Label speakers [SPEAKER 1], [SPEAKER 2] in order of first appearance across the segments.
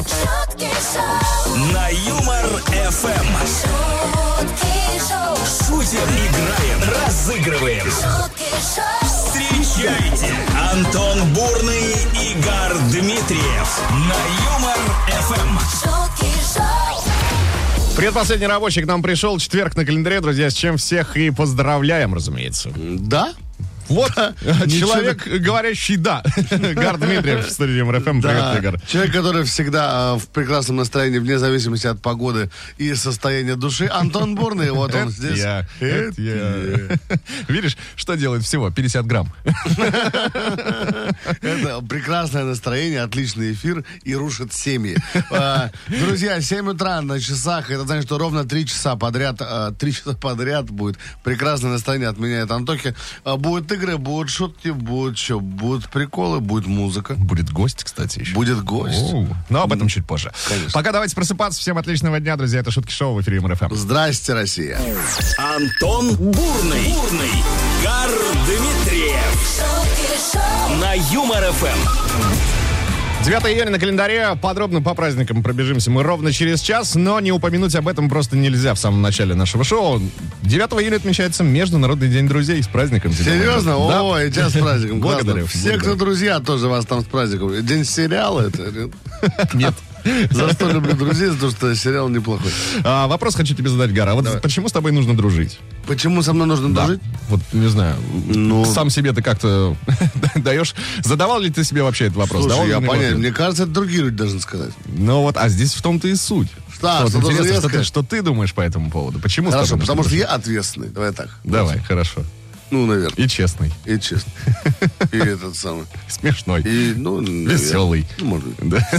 [SPEAKER 1] шутки шоу,
[SPEAKER 2] На Юмор ФМ
[SPEAKER 1] шутки шоу,
[SPEAKER 2] шутим, играем, разыгрываем.
[SPEAKER 1] шутки шоу,
[SPEAKER 2] Встречайте Антон Бурный, Игорь Дмитриев на Юмор Эм. ФМ.
[SPEAKER 1] шутки шоу,
[SPEAKER 3] Предпоследний рабочий к нам пришел, четверг на календаре, друзья, с чем всех и поздравляем, разумеется.
[SPEAKER 4] Да?
[SPEAKER 3] Вот человек,
[SPEAKER 4] человек,
[SPEAKER 3] говорящий «да». Гар Дмитриев в студии МРФМ.
[SPEAKER 4] Да.
[SPEAKER 3] Привет, Игорь.
[SPEAKER 4] Человек, который всегда э, в прекрасном настроении, вне зависимости от погоды и состояния души. Антон Бурный, вот он здесь.
[SPEAKER 3] Я, это
[SPEAKER 4] Это я.
[SPEAKER 3] я. Видишь, что делает всего? 50 грамм.
[SPEAKER 4] Это прекрасное настроение, отличный эфир и рушит семьи. Э, Друзья, 7 утра на часах. Это значит, что ровно 3 часа подряд, э, три часа подряд будет. Прекрасное настроение от меня и от Антохи. Э, Будут игры, будут шутки, будут что? Будут приколы, будет музыка.
[SPEAKER 3] Будет гость, кстати, еще.
[SPEAKER 4] Будет гость.
[SPEAKER 3] Оу. Но об этом чуть позже.
[SPEAKER 4] Конечно.
[SPEAKER 3] Пока давайте просыпаться. Всем отличного дня, друзья. Это Шутки Шоу в эфире эм. МРФМ.
[SPEAKER 4] Здрасте, Россия.
[SPEAKER 2] Антон Бурный, Бурный, Гар Дмитриев
[SPEAKER 1] шутки шоу,
[SPEAKER 2] на Юмор Эм. ФМ.
[SPEAKER 3] 9 июня на календаре. Подробно по праздникам пробежимся мы ровно через час, но не упомянуть об этом просто нельзя в самом начале нашего шоу. 9 июля отмечается Международный день друзей с праздником. тебя,
[SPEAKER 4] Серьезно?
[SPEAKER 3] Владимир. Да.
[SPEAKER 4] О, и тебя с праздником. Классно.
[SPEAKER 3] Благодарю,
[SPEAKER 4] Все, кто
[SPEAKER 3] благодарю.
[SPEAKER 4] друзья, тоже вас там с праздником. День сериала это? нет?
[SPEAKER 3] Нет.
[SPEAKER 4] За что люблю друзей, за то, что сериал неплохой.
[SPEAKER 3] А, вопрос хочу тебе задать, Гара. Вот почему с тобой нужно дружить?
[SPEAKER 4] Почему со мной нужно
[SPEAKER 3] Да.
[SPEAKER 4] дружить?
[SPEAKER 3] Вот, не знаю,
[SPEAKER 4] Ну.
[SPEAKER 3] сам себе ты как-то даешь... Задавал ли ты себе вообще этот вопрос? Давал
[SPEAKER 4] Слушай,
[SPEAKER 3] ли
[SPEAKER 4] я
[SPEAKER 3] на него
[SPEAKER 4] понятно.
[SPEAKER 3] ответ?
[SPEAKER 4] Мне кажется, это другие люди должны сказать.
[SPEAKER 3] Ну вот, а здесь в том-то и суть.
[SPEAKER 4] Что,
[SPEAKER 3] вот
[SPEAKER 4] что должен
[SPEAKER 3] интересно, что ты,
[SPEAKER 4] резко?
[SPEAKER 3] что ты думаешь по этому поводу? Почему с
[SPEAKER 4] Хорошо,
[SPEAKER 3] тобой нужно
[SPEAKER 4] потому что
[SPEAKER 3] дружить?
[SPEAKER 4] я ответственный. Давай так.
[SPEAKER 3] Давай, хорошо.
[SPEAKER 4] Ну, наверное.
[SPEAKER 3] И честный,
[SPEAKER 4] И честно. И этот самый.
[SPEAKER 3] смешной.
[SPEAKER 4] И, ну, наверное.
[SPEAKER 3] Веселый.
[SPEAKER 4] Ну, может быть.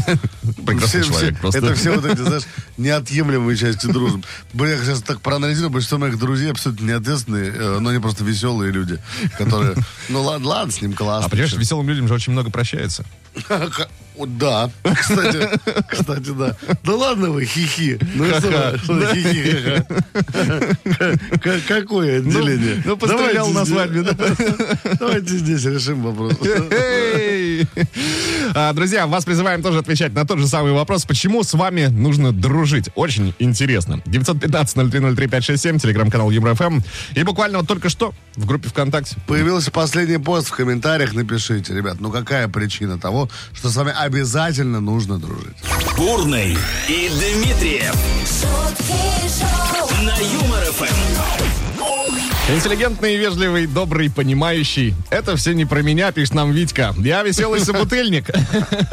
[SPEAKER 3] Да. Прекрасный
[SPEAKER 4] Все-
[SPEAKER 3] человек
[SPEAKER 4] все-
[SPEAKER 3] просто.
[SPEAKER 4] Это все вот эти, знаешь, неотъемлемые части дружбы. Блин, я сейчас так проанализирую, большинство моих друзей абсолютно неответственные, э, но они просто веселые люди, которые... Ну ладно, ладно, с ним классно.
[SPEAKER 3] А понимаешь, веселым людям же очень много прощается.
[SPEAKER 4] О, Да, кстати, кстати, да. Да ладно вы, хихи. Ну и что, что хихи, ха-ха. Ка- Какое отделение?
[SPEAKER 3] ну, пострелял
[SPEAKER 4] Давайте
[SPEAKER 3] на
[SPEAKER 4] здесь-
[SPEAKER 3] свадьбе,
[SPEAKER 4] Давайте здесь решим вопрос.
[SPEAKER 3] Эй! А, Друзья, вас призываем тоже отвечать на тот же самый вопрос, почему с вами нужно дружить. Очень интересно. 915-0303-567, телеграм-канал ЮморФМ. И буквально вот только что в группе ВКонтакте.
[SPEAKER 4] Появился последний пост в комментариях, напишите, ребят, ну какая причина того, что с вами обязательно нужно дружить?
[SPEAKER 2] Бурный и Дмитриев
[SPEAKER 1] шутки шоу,
[SPEAKER 2] на Юмор Эм. ФМ.
[SPEAKER 3] Интеллигентный, вежливый, добрый, понимающий. Это все не про меня, пишет нам Витька. Я веселый собутыльник.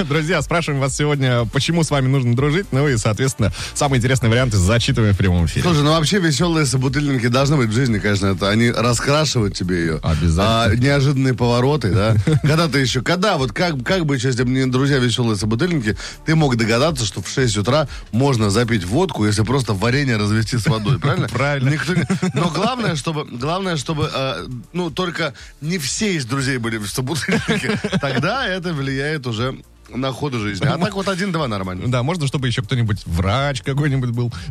[SPEAKER 3] Друзья, спрашиваем вас сегодня, почему с вами нужно дружить. Ну и, соответственно, самые интересные варианты зачитываем в прямом эфире.
[SPEAKER 4] Слушай, ну вообще веселые собутыльники должны быть в жизни, конечно, это они раскрашивают тебе ее.
[SPEAKER 3] Обязательно.
[SPEAKER 4] А, неожиданные повороты, да. Когда ты еще, когда, вот как, как бы, если бы не друзья веселые собутыльники, ты мог догадаться, что в 6 утра можно запить водку, если просто варенье развести с водой, правильно?
[SPEAKER 3] Правильно.
[SPEAKER 4] Никто не- Но главное, чтобы, главное, чтобы, э, ну, только не все из друзей были в собутыльнике. Тогда это влияет уже на ходу жизни. А так вот один-два нормально.
[SPEAKER 3] Да, можно, чтобы еще кто-нибудь, врач какой-нибудь был.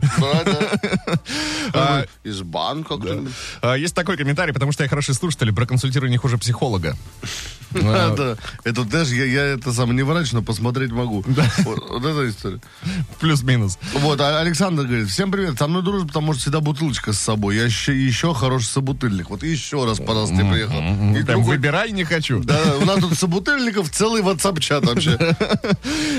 [SPEAKER 3] А,
[SPEAKER 4] Из банка кто-нибудь.
[SPEAKER 3] а, Есть такой комментарий, потому что я хороший слушатель, проконсультирую не хуже психолога. А,
[SPEAKER 4] Это, это даже я, я это сам не врач, но посмотреть могу. Вот, вот эта история.
[SPEAKER 3] Плюс-минус.
[SPEAKER 4] Вот, а Александр говорит, всем привет, со мной дружит, потому что всегда бутылочка с собой. Я еще, еще хороший собутыльник. Вот еще раз, пожалуйста, ты приехал. И
[SPEAKER 3] ну, Прям
[SPEAKER 4] другой-
[SPEAKER 3] выбирай не хочу.
[SPEAKER 4] Да, у нас тут собутыльников целый ватсап-чат вообще.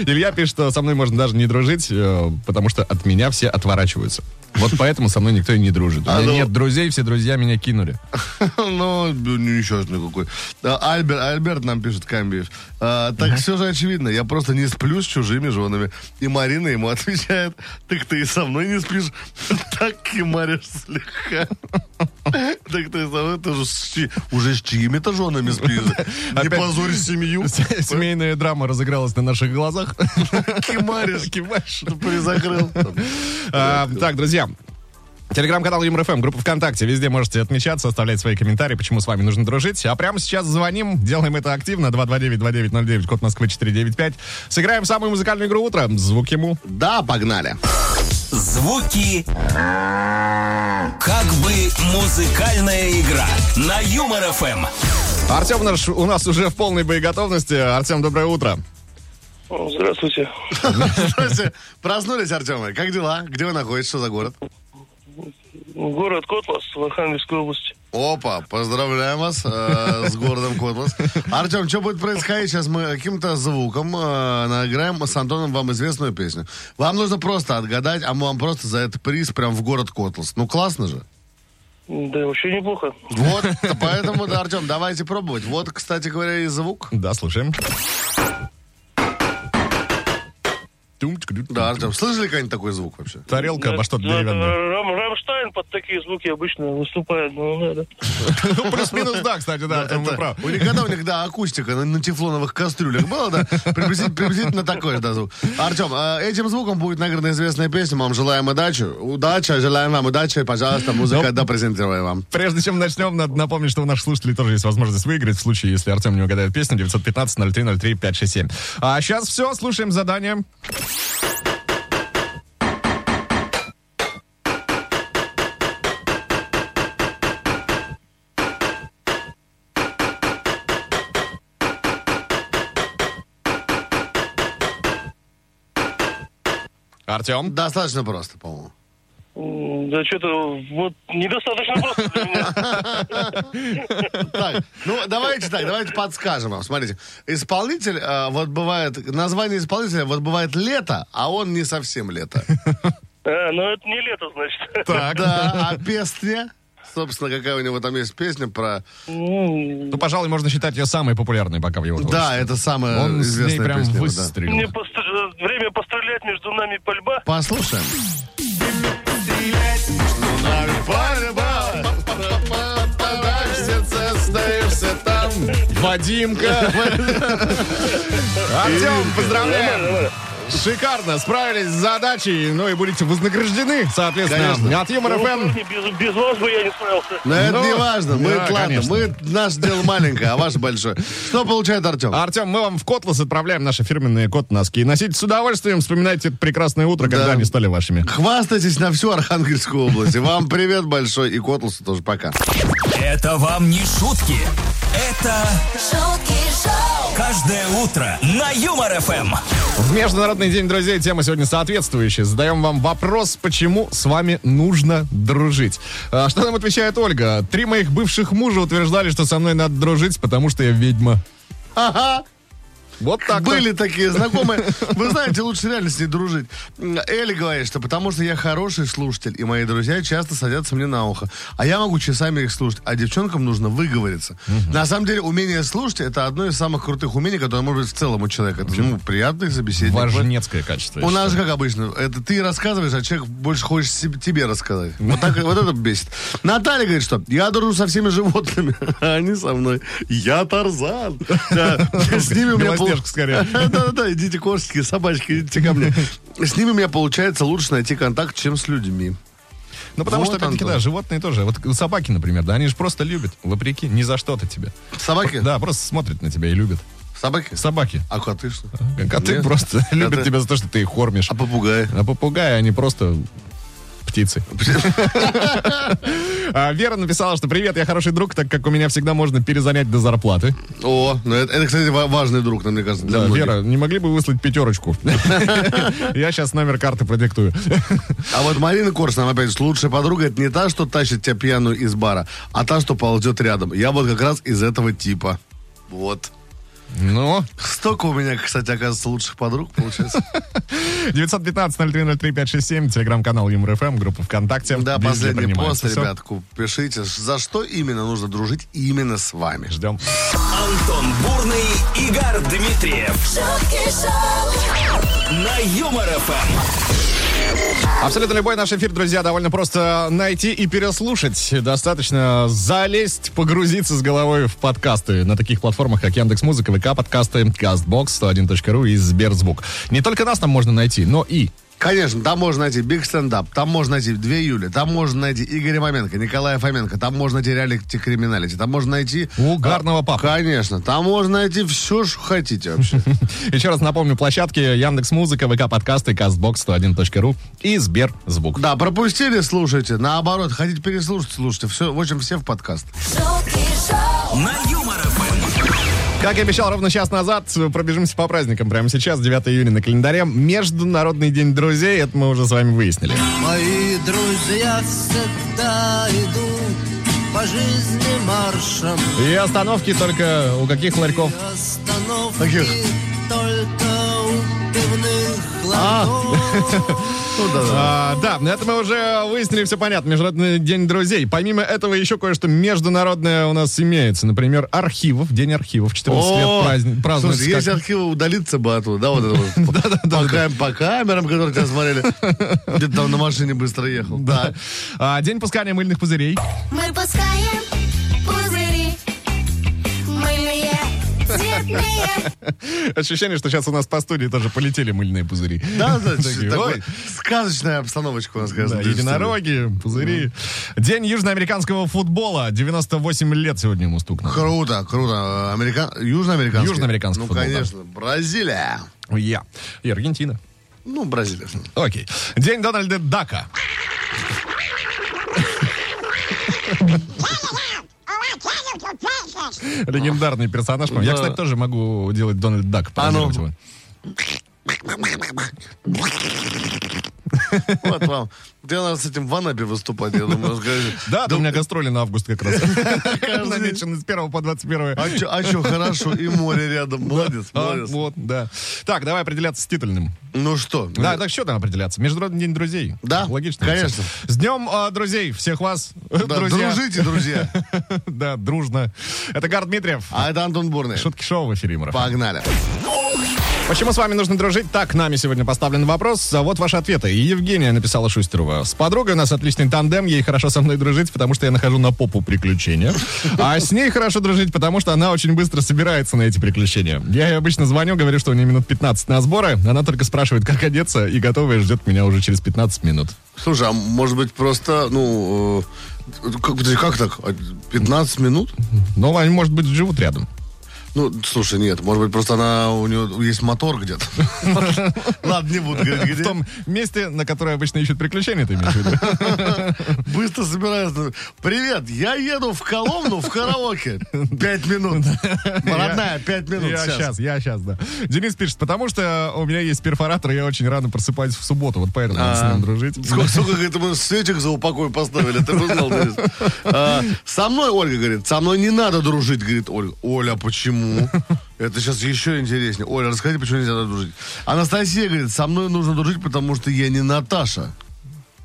[SPEAKER 3] Илья пишет, что со мной можно даже не дружить, э, потому что от меня все отворачиваются. Вот поэтому со мной никто и не дружит. У
[SPEAKER 4] А,
[SPEAKER 3] меня
[SPEAKER 4] ну-
[SPEAKER 3] нет друзей, все друзья меня кинули.
[SPEAKER 4] Ну, несчастный какой. А, Альберт, Альберт нам пишет, Камбиев. А, так все же очевидно, я просто не сплю с чужими женами. И Марина ему отвечает, так ты и со мной не спишь, так и маришь слегка. Так ты и со мной тоже с чи- уже с чьими-то женами спишь. Не
[SPEAKER 3] Опять-
[SPEAKER 4] позорь семью.
[SPEAKER 3] С- Семейная драма разыгралась на наших глазах.
[SPEAKER 4] Кимаришь.
[SPEAKER 3] Кимаришь.
[SPEAKER 4] Призакрыл.
[SPEAKER 3] А, Так, друзья, Телеграм-канал ЮморФМ, группа ВКонтакте. Везде можете отмечаться, оставлять свои комментарии, почему с вами нужно дружить. А прямо сейчас звоним, делаем это активно. 229-2909, код Москвы 495. Сыграем самую музыкальную игру утра. Звук ему.
[SPEAKER 4] Да, погнали.
[SPEAKER 2] Звуки как бы музыкальная игра на Юмор Эм. ФМ.
[SPEAKER 3] Артем наш у нас уже в полной боеготовности. Артем, доброе утро.
[SPEAKER 5] Здравствуйте.
[SPEAKER 4] Слушайте, Проснулись, Артемы. Как дела? Где вы находитесь? Что за город?
[SPEAKER 5] Город Котлас в Архангельской области.
[SPEAKER 4] Опа, поздравляем вас э, с городом Котлас. Артем, что будет происходить? Сейчас мы каким-то звуком э, наиграем с Антоном вам известную песню. Вам нужно просто отгадать, а мы вам просто за этот приз прям в город Котлас. Ну, классно же.
[SPEAKER 5] Да, вообще неплохо.
[SPEAKER 4] Вот, поэтому, да, Артем, давайте пробовать. Вот, кстати говоря, и звук.
[SPEAKER 3] Да, слушаем.
[SPEAKER 4] Да, Артем, слышали какой-нибудь такой звук вообще?
[SPEAKER 3] Тарелка обо а что-то
[SPEAKER 5] Да,
[SPEAKER 3] деревянное.
[SPEAKER 5] Рам- Рамштайн под такие звуки обычно выступает. Ну, да, да.
[SPEAKER 3] Ну, плюс-минус, да, кстати, да, Артем, вы
[SPEAKER 4] Это
[SPEAKER 3] прав.
[SPEAKER 4] У никогда у них, да, акустика на, на тефлоновых кастрюлях была, да, приблизительно, приблизительно такой же, да, звук. Артем, э, этим звуком будет награда известная песня. Мы Вам желаем удачи. Удачи, желаем вам удачи. Пожалуйста,
[SPEAKER 3] Ну.
[SPEAKER 4] музыка, да, презентируем вам.
[SPEAKER 3] Прежде чем начнем, надо напомнить, что у наших слушателей тоже есть возможность выиграть в случае, если Артем не угадает песню 915-0303-567. А сейчас все, слушаем задание. Артем?
[SPEAKER 4] Достаточно просто, по-моему.
[SPEAKER 5] М, Да, что-то вот недостаточно просто для меня.
[SPEAKER 4] Так, ну давайте так, давайте подскажем вам. Смотрите, исполнитель, э, вот бывает, название исполнителя, вот бывает лето, а он не совсем лето.
[SPEAKER 5] А, ну это не лето, значит.
[SPEAKER 3] Так.
[SPEAKER 4] Да, а песня, собственно, какая у него там есть песня про...
[SPEAKER 5] М,
[SPEAKER 3] Ну, пожалуй, можно считать ее самой популярной пока в его
[SPEAKER 4] Да,
[SPEAKER 3] творчестве.
[SPEAKER 4] это самая
[SPEAKER 3] Он с ней
[SPEAKER 4] известная
[SPEAKER 3] прям
[SPEAKER 4] песня. его, да.
[SPEAKER 3] выстрелил.
[SPEAKER 5] Мне постр- время пострелять между нами пальба.
[SPEAKER 4] Послушаем. там.
[SPEAKER 3] Вадимка! Артем, поздравляем! Шикарно, справились с задачей, ну и будете вознаграждены, соответственно,
[SPEAKER 4] Конечно.
[SPEAKER 3] от Юмор
[SPEAKER 5] Ну,
[SPEAKER 3] ФМ.
[SPEAKER 5] парни, без, без вас бы я не справился.
[SPEAKER 4] Но это
[SPEAKER 3] Ну,
[SPEAKER 4] не важно. Мы,
[SPEAKER 3] да,
[SPEAKER 4] ладно,
[SPEAKER 3] конечно.
[SPEAKER 4] мы, наше дело маленькое, а ваше большое. Что получает Артем?
[SPEAKER 3] Артем, мы вам в Котлас отправляем наши фирменные кот-носки. Носите с удовольствием, вспоминайте это прекрасное утро, когда
[SPEAKER 4] Да.
[SPEAKER 3] они стали вашими.
[SPEAKER 4] Хвастайтесь на всю Архангельскую область. И Вам привет большой и Котлсу тоже пока.
[SPEAKER 2] Это вам не шутки. Это
[SPEAKER 1] шутки шоу,
[SPEAKER 2] каждое утро на Юмор ФМ.
[SPEAKER 3] В Международный день друзей тема сегодня соответствующая. Задаем вам вопрос, почему с вами нужно дружить. А, Что нам отвечает Ольга? Три моих бывших мужа утверждали, что со мной надо дружить, потому что я ведьма.
[SPEAKER 4] Ага.
[SPEAKER 3] Вот так.
[SPEAKER 4] Были такие знакомые. Вы знаете, лучше реально с ней дружить. М, Элли говорит, что потому что я хороший слушатель, и мои друзья часто садятся мне на ухо. А я могу часами их слушать. А девчонкам нужно выговориться. На самом деле, умение слушать это одно из самых крутых умений, которое может быть в целом у человека. Это, ну, приятный собеседник.
[SPEAKER 3] Важнецкое качество. я
[SPEAKER 4] У нас же
[SPEAKER 3] считаю.
[SPEAKER 4] как обычно, это ты рассказываешь, а человек больше хочет себе- тебе рассказать. Вот, так, вот это бесит. Наталья говорит, что я дружу со всеми животными, а они со мной. Я Тарзан. Да, С ними у меня пол-
[SPEAKER 3] Белоснежка скорее.
[SPEAKER 4] Да-да-да, идите кошечки, собачки, идите ко мне. С ними у меня получается лучше найти контакт, чем с людьми.
[SPEAKER 3] Ну, потому что,
[SPEAKER 4] Вот,
[SPEAKER 3] опять-таки,
[SPEAKER 4] Антон.
[SPEAKER 3] да, животные тоже. Вот собаки, например, да, они же просто любят, вопреки, ни за что-то тебе.
[SPEAKER 4] Собаки?
[SPEAKER 3] Да, просто смотрят на тебя и любят.
[SPEAKER 4] Собаки?
[SPEAKER 3] Собаки.
[SPEAKER 4] А коты что?
[SPEAKER 3] Коты
[SPEAKER 4] Нет?
[SPEAKER 3] просто любят
[SPEAKER 4] Коты.
[SPEAKER 3] тебя за то, что ты их кормишь.
[SPEAKER 4] А попугаи?
[SPEAKER 3] А попугаи, они просто птицы. А, Вера написала, что «Привет, я хороший друг, так как у меня всегда можно перезанять до зарплаты».
[SPEAKER 4] О, ну это, это, кстати, ва- важный друг, ну, мне кажется, для
[SPEAKER 3] Да,
[SPEAKER 4] многих.
[SPEAKER 3] Вера, не могли бы вы выслать пятерочку? Я сейчас номер карты продиктую.
[SPEAKER 4] А вот Марина Корс нам опять же, лучшая подруга, это не та, что тащит тебя пьяную из бара, а та, что ползет рядом. Я вот как раз из этого типа. Вот.
[SPEAKER 3] Ну,
[SPEAKER 4] Столько у меня, кстати, оказывается, лучших подруг получается.
[SPEAKER 3] 915-0303-567, телеграм-канал ЮморФМ, группа ВКонтакте.
[SPEAKER 4] Да,
[SPEAKER 3] Везде
[SPEAKER 4] последний
[SPEAKER 3] принимается.
[SPEAKER 4] пост,
[SPEAKER 3] Всё.
[SPEAKER 4] ребятку, пишите, за что именно нужно дружить именно с вами.
[SPEAKER 3] Ждем.
[SPEAKER 2] Антон Бурный, Игорь Дмитриев
[SPEAKER 1] шутки шоу,
[SPEAKER 2] на Юмор ФМ.
[SPEAKER 3] Абсолютно любой наш эфир, друзья, довольно просто найти и переслушать. Достаточно залезть, погрузиться с головой в подкасты на таких платформах, как Яндекс.Музыка, ВК, подкасты, Castbox, 101.ru и Сберзвук. Не только нас там можно найти, но и...
[SPEAKER 4] Конечно, там можно найти Биг Стендап, там можно найти 2 Юли, там можно найти Игоря Моменко, Николая Фоменко, там можно найти реалити криминалити, там можно найти... а,
[SPEAKER 3] Угарного папу.
[SPEAKER 4] Конечно, там можно найти все, что хотите вообще.
[SPEAKER 3] Еще раз напомню, площадки Яндекс.Музыка, ВК, подкасты, Castbox, 101.ru и Сберзвук.
[SPEAKER 4] Да, пропустили, слушайте. Наоборот, хотите переслушать, слушайте. Все, в общем, все в подкаст.
[SPEAKER 1] шутки шоу.
[SPEAKER 2] На Юмор ФМ.
[SPEAKER 3] Как и обещал ровно час назад, пробежимся по праздникам. Прямо сейчас, 9 июня на календаре. Международный день друзей, это мы уже с вами выяснили.
[SPEAKER 6] Мои друзья всегда идут по жизни маршем.
[SPEAKER 3] И остановки только у каких ларьков?
[SPEAKER 6] Остановки
[SPEAKER 4] Таких.
[SPEAKER 6] только у пивных ларьков.
[SPEAKER 3] А, да, это мы уже выяснили, все понятно. Международный день друзей. Помимо этого, еще кое-что международное у нас имеется. Например, архивов. День архивов. 14 лет
[SPEAKER 4] О,
[SPEAKER 3] праздник, празднуется.
[SPEAKER 4] Слушай,
[SPEAKER 3] как-
[SPEAKER 4] есть архивы удалиться бы оттуда, да, вот это вот. По кам- По камерам, которые тебя смотрели. Где-то там на машине быстро ехал.
[SPEAKER 3] Да. А, день пускания мыльных пузырей.
[SPEAKER 1] Мы пускаем пузыри Мыльные, цветные
[SPEAKER 3] Ощущение, что сейчас у нас по студии тоже полетели мыльные пузыри.
[SPEAKER 4] Да, да,
[SPEAKER 3] Такие,
[SPEAKER 4] такой
[SPEAKER 3] ой.
[SPEAKER 4] сказочная обстановочка у нас, конечно.
[SPEAKER 3] Да,
[SPEAKER 4] для
[SPEAKER 3] единороги, пузыри. День южноамериканского футбола. 98 лет сегодня ему стукнуло.
[SPEAKER 4] Круто, круто. Америка... Южноамериканский?
[SPEAKER 3] Южноамериканский
[SPEAKER 4] Ну,
[SPEAKER 3] футбол, да.
[SPEAKER 4] конечно. Бразилия.
[SPEAKER 3] Я. И Аргентина.
[SPEAKER 4] Ну, Бразилия.
[SPEAKER 3] Окей. День Дональда Дака. Легендарный персонаж. Я,
[SPEAKER 4] Да.
[SPEAKER 3] кстати, тоже могу делать Дональд Дак. пародировать
[SPEAKER 4] ну.
[SPEAKER 3] его.
[SPEAKER 4] Вот вам. Где надо с этим в Анапе выступать, я думаю. скажи.
[SPEAKER 3] Да, там у меня гастроли на август как раз.
[SPEAKER 4] день.
[SPEAKER 3] Намечены с 1 по 21.
[SPEAKER 4] А чё, а чё, хорошо, и море рядом. Молодец,
[SPEAKER 3] А,
[SPEAKER 4] молодец.
[SPEAKER 3] Вот, да. Так, давай определяться с титульным.
[SPEAKER 4] Ну что?
[SPEAKER 3] Да, так что там определяться? Международный день друзей.
[SPEAKER 4] Да,
[SPEAKER 3] логично.
[SPEAKER 4] конечно.
[SPEAKER 3] всё. С днем а, друзей всех вас,
[SPEAKER 4] Да,
[SPEAKER 3] друзья.
[SPEAKER 4] Дружите, друзья.
[SPEAKER 3] Да, дружно. Это Гар Дмитриев.
[SPEAKER 4] А это Антон Бурный.
[SPEAKER 3] Шутки шоу в эфире Юмора.
[SPEAKER 4] Погнали.
[SPEAKER 3] Почему с вами нужно дружить? Так, нами сегодня поставлен вопрос. А вот ваши ответы. И Евгения написала Шустерова. С подругой у нас отличный тандем. Ей хорошо со мной дружить, потому что я нахожу на попу приключения. А с ней хорошо дружить, потому что она очень быстро собирается на эти приключения. Я ей обычно звоню, говорю, что у нее минут 15 на сборы. Она только спрашивает, как одеться, и готовая ждет меня уже через 15 минут.
[SPEAKER 4] Слушай, а может быть просто, ну, э, как, подожди, как так? А 15 минут?
[SPEAKER 3] Но Ну, они, может быть, живут рядом.
[SPEAKER 4] Ну, слушай, нет, может быть просто она, у нее есть мотор где-то. Ладно, не буду говорить,
[SPEAKER 3] В
[SPEAKER 4] где.
[SPEAKER 3] том месте, на которое обычно ищут приключения, ты имеешь в виду?
[SPEAKER 4] Быстро собирается. Привет, я еду в Коломну в караоке. Пять минут. Родная, пять минут
[SPEAKER 3] Я
[SPEAKER 4] сейчас.
[SPEAKER 3] сейчас, я сейчас, да. Денис пишет, потому что у меня есть перфоратор, и я очень рано просыпаюсь в субботу, вот поэтому надо с
[SPEAKER 4] А.
[SPEAKER 3] ним дружить.
[SPEAKER 4] Сколько, сколько говорит, мы свечек за упокой поставили, ты бы знал, Денис. А, со мной, Ольга говорит, со мной не надо дружить, говорит Ольга. Оля, почему? Это сейчас еще интереснее. Оля, расскажи, почему не надо дружить. Анастасия говорит, со мной нужно дружить, потому что я не Наташа.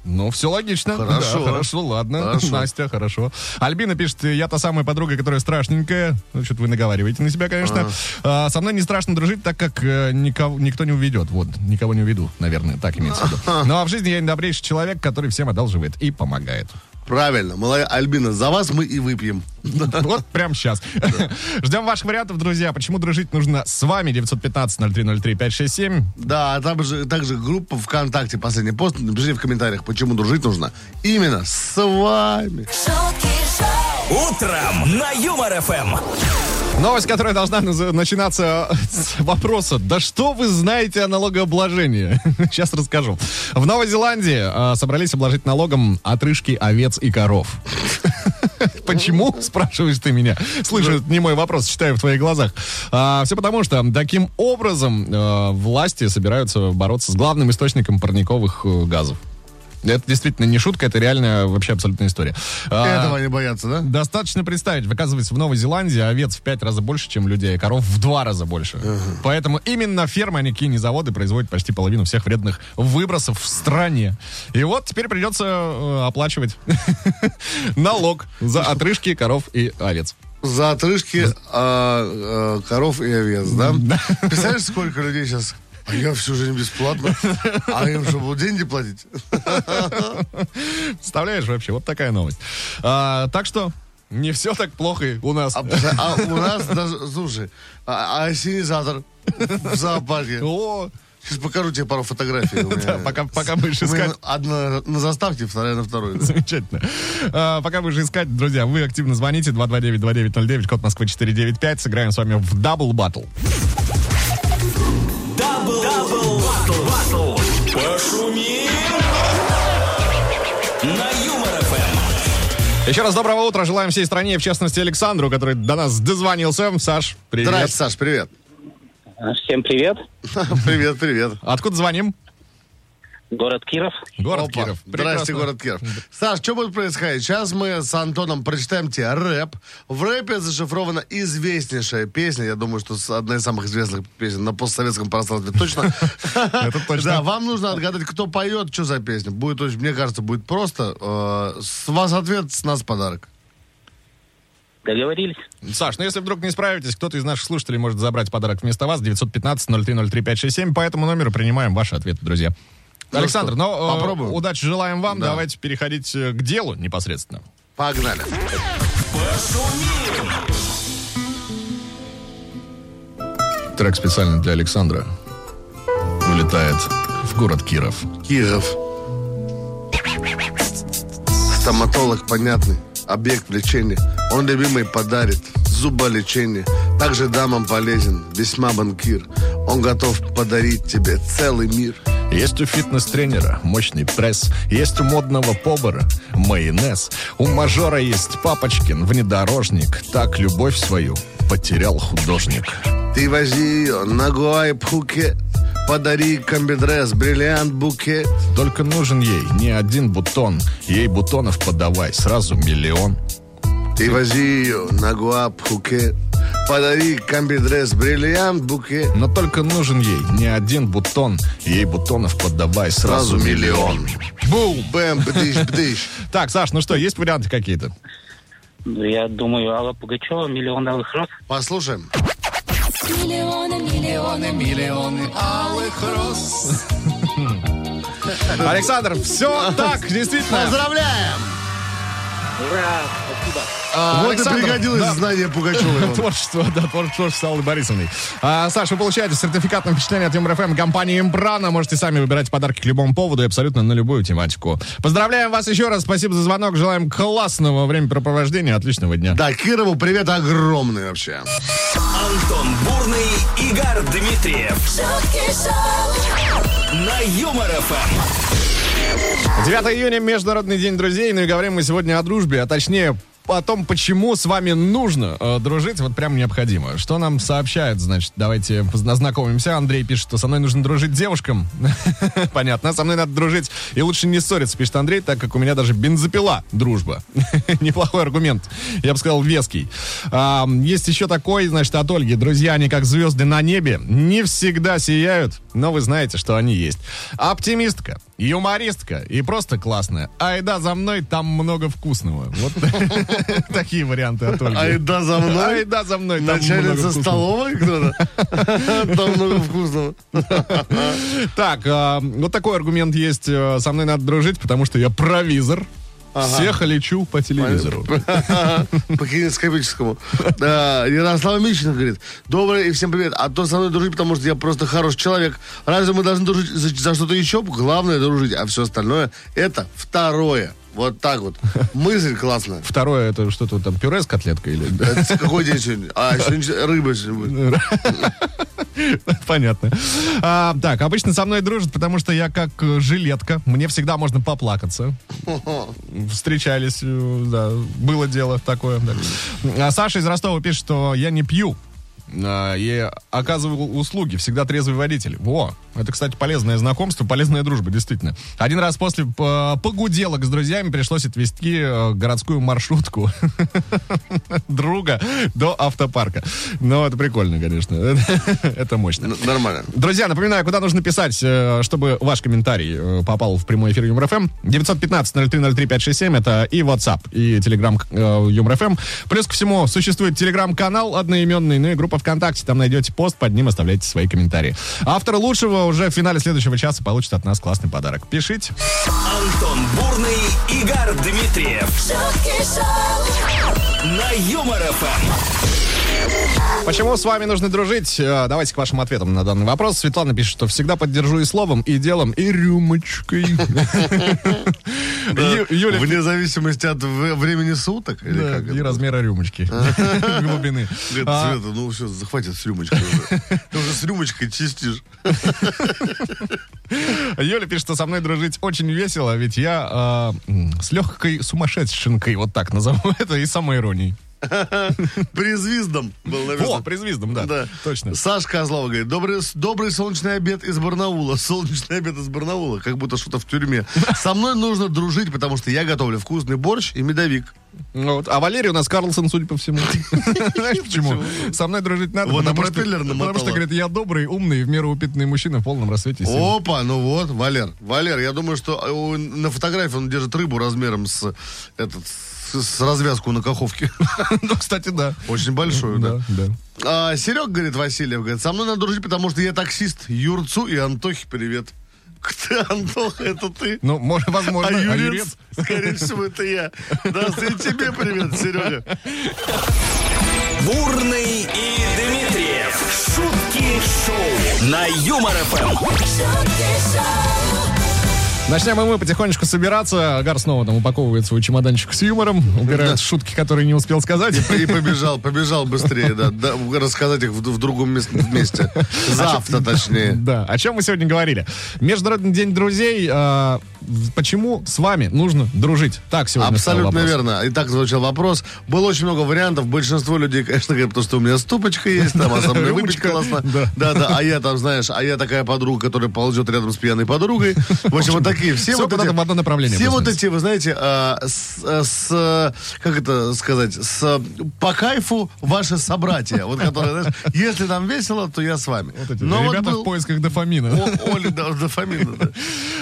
[SPEAKER 3] Ну, все логично.
[SPEAKER 4] Хорошо.
[SPEAKER 3] Да, хорошо, ладно.
[SPEAKER 4] Хорошо.
[SPEAKER 3] Настя, хорошо. Альбина пишет, я та самая подруга, которая страшненькая. Ну, что-то вы наговариваете на себя, конечно. А, со мной не страшно дружить, так как э, никого, никто не уведет. Вот, никого не уведу, наверное, так имеется в виду. Ну, а в жизни я добрейший человек, который всем одалживает и помогает.
[SPEAKER 4] Правильно, молодая Альбина, за вас мы и выпьем.
[SPEAKER 3] Вот прям сейчас. Ждем ваших вариантов, друзья. Почему дружить нужно с вами? 915-0303-567.
[SPEAKER 4] Да, а там же также группа ВКонтакте, последний пост. Напишите в комментариях, почему дружить нужно именно с вами.
[SPEAKER 1] Шутки шоу
[SPEAKER 2] Утром на Юмор ФМ.
[SPEAKER 3] Новость, которая должна наз- начинаться с вопроса. Да что вы знаете о налогообложении? Сейчас расскажу. В Новой Зеландии а, собрались обложить налогом отрыжки овец и коров. Почему, спрашиваешь ты меня? Слышу, это не мой вопрос, читаю в твоих глазах. все потому, что таким образом э, власти собираются бороться с главным источником парниковых э, газов. Это действительно не шутка, это реально вообще абсолютная история. А,
[SPEAKER 4] Этого не боятся, да?
[SPEAKER 3] Достаточно представить, оказывается, в Новой Зеландии овец в пять раз больше, чем людей, а коров в два раза больше. Поэтому именно фермы, а не кинезаводы, производят почти половину всех вредных выбросов в стране. И вот теперь придется э, оплачивать налог за отрыжки коров и овец.
[SPEAKER 4] За отрыжки а, а, коров и овец, да? Представляешь, сколько людей сейчас... А я всю жизнь бесплатно. А им что, будут деньги платить?
[SPEAKER 3] Представляешь вообще, вот такая новость. А, так что не все так плохо и у нас.
[SPEAKER 4] А, а у нас даже... Слушай, а, а синизатор в зоопарке?
[SPEAKER 3] О,
[SPEAKER 4] Сейчас покажу тебе пару фотографий. у меня.
[SPEAKER 3] да, пока, пока будешь
[SPEAKER 4] У меня
[SPEAKER 3] искать.
[SPEAKER 4] Одна на заставке, вторая на второй. да.
[SPEAKER 3] Замечательно. А, пока будешь искать, друзья, вы активно звоните 229-2909, код Москвы 495. Сыграем с вами в дабл баттл.
[SPEAKER 2] Дабл, дабл, батл, батл. Пошумим. На Юмор ФМ.
[SPEAKER 3] Еще раз доброго утра желаем всей стране, в частности Александру, который до нас дозвонился. Саш, привет.
[SPEAKER 4] Здрасте, Саш, привет.
[SPEAKER 7] Всем привет.
[SPEAKER 4] Привет, привет.
[SPEAKER 3] Откуда звоним?
[SPEAKER 7] Город Киров.
[SPEAKER 3] Город
[SPEAKER 4] Опа.
[SPEAKER 3] Киров.
[SPEAKER 4] Здрасте,
[SPEAKER 3] Прекрасно.
[SPEAKER 4] город Киров. Саш, что будет происходить? Сейчас мы с Антоном прочитаем тебе рэп. В рэпе зашифрована известнейшая песня. Я думаю, что с- одна из самых известных песен на постсоветском пространстве. Точно?
[SPEAKER 3] Это точно.
[SPEAKER 4] Да, вам нужно отгадать, кто поет, что за песня. Будет очень, мне кажется, будет просто. Э, С вас ответ, с нас подарок.
[SPEAKER 7] Договорились.
[SPEAKER 3] Саш, ну если вдруг не справитесь, кто-то из наших слушателей может забрать подарок вместо вас. 915-0303-567. По этому номеру принимаем ваши ответы, друзья.
[SPEAKER 4] Ну
[SPEAKER 3] Александр,
[SPEAKER 4] что,
[SPEAKER 3] ну, э,
[SPEAKER 4] попробуем?
[SPEAKER 3] удачи желаем вам. Давайте переходить э, к делу непосредственно.
[SPEAKER 4] Погнали.
[SPEAKER 3] Трек специально для Александра. Улетает в город Киров.
[SPEAKER 4] Киров. Стоматолог понятный, объект лечения. Он любимый подарит зуболечение. Также дамам полезен, весьма банкир. Он готов подарить тебе целый мир.
[SPEAKER 3] Есть у фитнес-тренера мощный пресс, есть у модного повара майонез, у мажора есть папочкин внедорожник, так любовь свою потерял художник.
[SPEAKER 4] Ты вози ее на Гуай Пхукет. Подари комбидресс, бриллиант, букет.
[SPEAKER 3] Только нужен ей не один бутон, ей бутонов подавай сразу миллион.
[SPEAKER 4] Ты вози ее на Гуа Пхукет. Подари комбидресс, бриллиант, букет.
[SPEAKER 3] Но только нужен ей не один бутон, ей бутонов подавай сразу, миллион.
[SPEAKER 4] Бум, бэм, бдыщ, бдыщ.
[SPEAKER 3] Так, Саш, ну что, есть варианты какие-то?
[SPEAKER 7] Ну, Я думаю, Алла Пугачева, миллионовых роз.
[SPEAKER 4] Послушаем.
[SPEAKER 1] Миллионы, миллионы,
[SPEAKER 3] Миллионы алых роз. Александр, все так, действительно.
[SPEAKER 4] Поздравляем!
[SPEAKER 7] Ура! Спасибо.
[SPEAKER 3] А,
[SPEAKER 4] Вот
[SPEAKER 3] Александр,
[SPEAKER 4] и пригодилось
[SPEAKER 3] да.
[SPEAKER 4] знание Пугачева.
[SPEAKER 3] Творчество, да, твор- творчество Аллы Борисовны. А, Саш, вы получаете сертификат на впечатление от Юмор ФМ компании Импрана. Можете сами выбирать подарки к любому поводу и абсолютно на любую тематику. Поздравляем вас еще раз. Спасибо за звонок. Желаем классного времяпрепровождения. Отличного дня.
[SPEAKER 4] Да, Кирову привет огромный вообще.
[SPEAKER 2] Антон Бурный, Игорь Дмитриев.
[SPEAKER 1] шутки шоу.
[SPEAKER 2] На Юмор ФМ.
[SPEAKER 3] 9 июня, Международный день друзей. Ну и говорим мы сегодня о дружбе, а точнее о том, почему с вами нужно э, дружить, вот прям необходимо. Что нам сообщают, значит, давайте позна- ознакомимся. Андрей пишет, что со мной нужно дружить девушкам. Понятно, со мной надо дружить и лучше не ссориться, пишет Андрей, так как у меня даже бензопила дружба. Неплохой аргумент, я бы сказал, веский. А, есть еще такой, значит, от Ольги. Друзья, они как звезды на небе, не всегда сияют, но вы знаете, что они есть. Оптимистка, юмористка и просто классная. Айда за мной, там много вкусного. Вот такие варианты от Ольги.
[SPEAKER 4] Айда за мной.
[SPEAKER 3] Айда за мной, там много
[SPEAKER 4] Начальница
[SPEAKER 3] вкусного.
[SPEAKER 4] столовой кто-то? Там много вкусного.
[SPEAKER 3] Так, а, вот такой аргумент есть. э, Со мной надо дружить, потому что я провизор. Всех лечу по телевизору.
[SPEAKER 4] По кинескопическому. Да, Ярослав Мишин говорит. Добрый и всем привет. А то со мной дружить, потому что я просто хороший человек. Разве мы должны дружить за, за что-то еще? Главное дружить, а все остальное это второе. Вот так вот. Мысль классная.
[SPEAKER 3] Второе, это что-то там пюре с котлеткой или...
[SPEAKER 4] Это какой день сегодня? А, сегодня рыба сегодня будет.
[SPEAKER 3] Понятно. А, так, обычно со мной дружат, потому что я как э, жилетка. Мне всегда можно поплакаться. Встречались, э, да, было дело такое. да. А Саша из Ростова пишет, что я не пью. а, И оказывал услуги, всегда трезвый водитель. Во, это, кстати, полезное знакомство, полезная дружба, действительно. Один раз после э, погуделок с друзьями пришлось отвезти э, городскую маршрутку друга до автопарка. Ну, это прикольно, конечно. Это мощно.
[SPEAKER 4] Н- Нормально.
[SPEAKER 3] Друзья, напоминаю, куда нужно писать, э, чтобы ваш комментарий э, попал в прямой эфир Юмор ФМ. 915-0303-567 это и WhatsApp, и Telegram э, Юмор ФМ. Плюс ко всему, существует Telegram-канал одноименный, ну и группа ВКонтакте. Там найдете пост, под ним оставляйте свои комментарии. Автор лучшего уже в финале следующего часа получит от нас классный подарок. Пишите.
[SPEAKER 2] Антон Бурный, Игорь Дмитриев.
[SPEAKER 1] Шутки шоу.
[SPEAKER 2] На Юмор ФМ.
[SPEAKER 3] Почему с вами нужно дружить? Э, Давайте к вашим ответам на данный вопрос. Светлана пишет, что всегда поддержу и словом, и делом, и рюмочкой. Ю- Юля
[SPEAKER 4] Э, Вне зависимости от в- времени суток? Или
[SPEAKER 3] Да,
[SPEAKER 4] как
[SPEAKER 3] и
[SPEAKER 4] это?
[SPEAKER 3] размера рюмочки. Глубины.
[SPEAKER 4] Говорит,
[SPEAKER 3] А,
[SPEAKER 4] Света, ну все, захватит с рюмочкой уже. Ты уже с рюмочкой чистишь.
[SPEAKER 3] Юля пишет, что со мной дружить очень весело, ведь я а, м, с легкой сумасшедшенкой, вот так назову это, и самоиронией.
[SPEAKER 4] Призвиздом был
[SPEAKER 3] О,
[SPEAKER 4] написано.
[SPEAKER 3] призвиздом, да. Точно.
[SPEAKER 4] Сашка Козлова говорит, добрый, добрый солнечный обед из Барнаула. Солнечный обед из Барнаула, как будто что-то в тюрьме. Со мной нужно дружить, потому что я готовлю вкусный борщ и медовик.
[SPEAKER 3] Ну вот, А Валерий у нас Карлсон, судя по всему. Знаешь почему? Со мной дружить надо,
[SPEAKER 4] Вот на
[SPEAKER 3] потому что,
[SPEAKER 4] пропеллер намотала.
[SPEAKER 3] потому что, говорит, я добрый, умный, в меру упитанный мужчина в полном рассвете сил.
[SPEAKER 4] Опа, ну вот, Валер. Валер, я думаю, что э, у- на фотографии он держит рыбу размером с, этот, с, с развязку на каховке.
[SPEAKER 3] Ну, кстати, да.
[SPEAKER 4] Очень большую, да.
[SPEAKER 3] Да, да.
[SPEAKER 4] А, Серег, говорит Васильев, говорит, со мной надо дружить, потому что я таксист. Юрцу и Антохе привет. Ты, Антоха, это ты?
[SPEAKER 3] Ну, может, возможно,
[SPEAKER 4] А
[SPEAKER 3] а
[SPEAKER 4] Юрец,
[SPEAKER 3] Юрец?
[SPEAKER 4] скорее всего, это я. Да, и тебе привет, Серега.
[SPEAKER 2] Бурный и Дмитриев. Шутки шоу. На Юмор ФМ.
[SPEAKER 1] шутки шоу,
[SPEAKER 3] Начнем и мы потихонечку собираться. Гар снова там упаковывает свой чемоданчик с юмором, убирает шутки, которые не успел сказать.
[SPEAKER 4] И побежал, побежал быстрее, да. да, рассказать их в, в другом мес- месте. Завтра, точнее.
[SPEAKER 3] Да, о чем мы сегодня говорили? Международный день друзей. э, в- почему с вами нужно дружить? Так сегодня стал
[SPEAKER 4] Абсолютно
[SPEAKER 3] вопрос.
[SPEAKER 4] верно. И так звучал вопрос. Было очень много вариантов. Большинство людей, конечно, говорят, потому что у меня ступочка есть, там, а со мной выпить
[SPEAKER 3] Рюмочка.
[SPEAKER 4] классно.
[SPEAKER 3] Да.
[SPEAKER 4] Да, да. А я там, знаешь, а я такая подруга, которая ползет рядом с пьяной подругой. В общем, вот такие. Все
[SPEAKER 3] всё
[SPEAKER 4] вот
[SPEAKER 3] куда-то
[SPEAKER 4] эти-
[SPEAKER 3] в одно направление
[SPEAKER 4] Все вот
[SPEAKER 3] плюс-минус.
[SPEAKER 4] эти, вы знаете, а, с, а, с, а, как это сказать, с а, по кайфу ваши собратья. Вот которые, знаешь, если нам весело, то я с вами.
[SPEAKER 3] Вот эти
[SPEAKER 4] Но вот
[SPEAKER 3] ребята
[SPEAKER 4] был-
[SPEAKER 3] в поисках дофамина.
[SPEAKER 4] О, Оля, да, дофамина, да.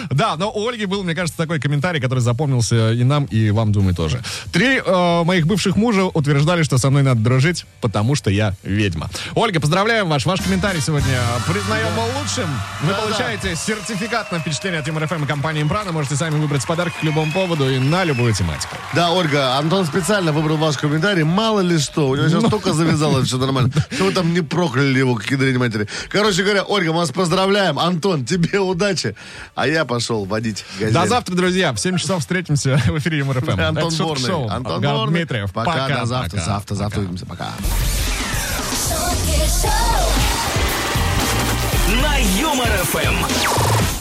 [SPEAKER 3] Да, но у Ольги был, мне кажется, такой комментарий, который запомнился и нам, и вам, думаю, тоже. Три э, моих бывших мужа утверждали, что со мной надо дружить, потому что я ведьма. Ольга, поздравляем ваш. Ваш комментарий сегодня э, признаем лучшим. Вы
[SPEAKER 4] Да-да.
[SPEAKER 3] получаете сертификат на впечатление от МРФМ и компании «Импрана». Можете сами выбрать подарок к любому поводу и на любую тематику.
[SPEAKER 4] Да, Ольга, Антон специально выбрал ваш комментарий. Мало ли что. У него
[SPEAKER 3] Ну.
[SPEAKER 4] сейчас только завязалось все нормально. Что вы там не прокляли его, какие дрянь матери. Короче говоря, Ольга, мы вас поздравляем. Антон, тебе удачи. А я пошел водить газель.
[SPEAKER 3] До завтра, друзья. В 7 часов встретимся в эфире МРФМ. Это
[SPEAKER 4] Антон
[SPEAKER 3] «Шутки
[SPEAKER 4] Борный.
[SPEAKER 3] шоу».
[SPEAKER 4] Антон
[SPEAKER 3] Гар
[SPEAKER 4] Борный.
[SPEAKER 3] Дмитриев.
[SPEAKER 4] Пока, до завтра.
[SPEAKER 3] пока.
[SPEAKER 4] Завтра, завтра увидимся. Пока.
[SPEAKER 1] шутки шоу.
[SPEAKER 2] На Юмор ФМ.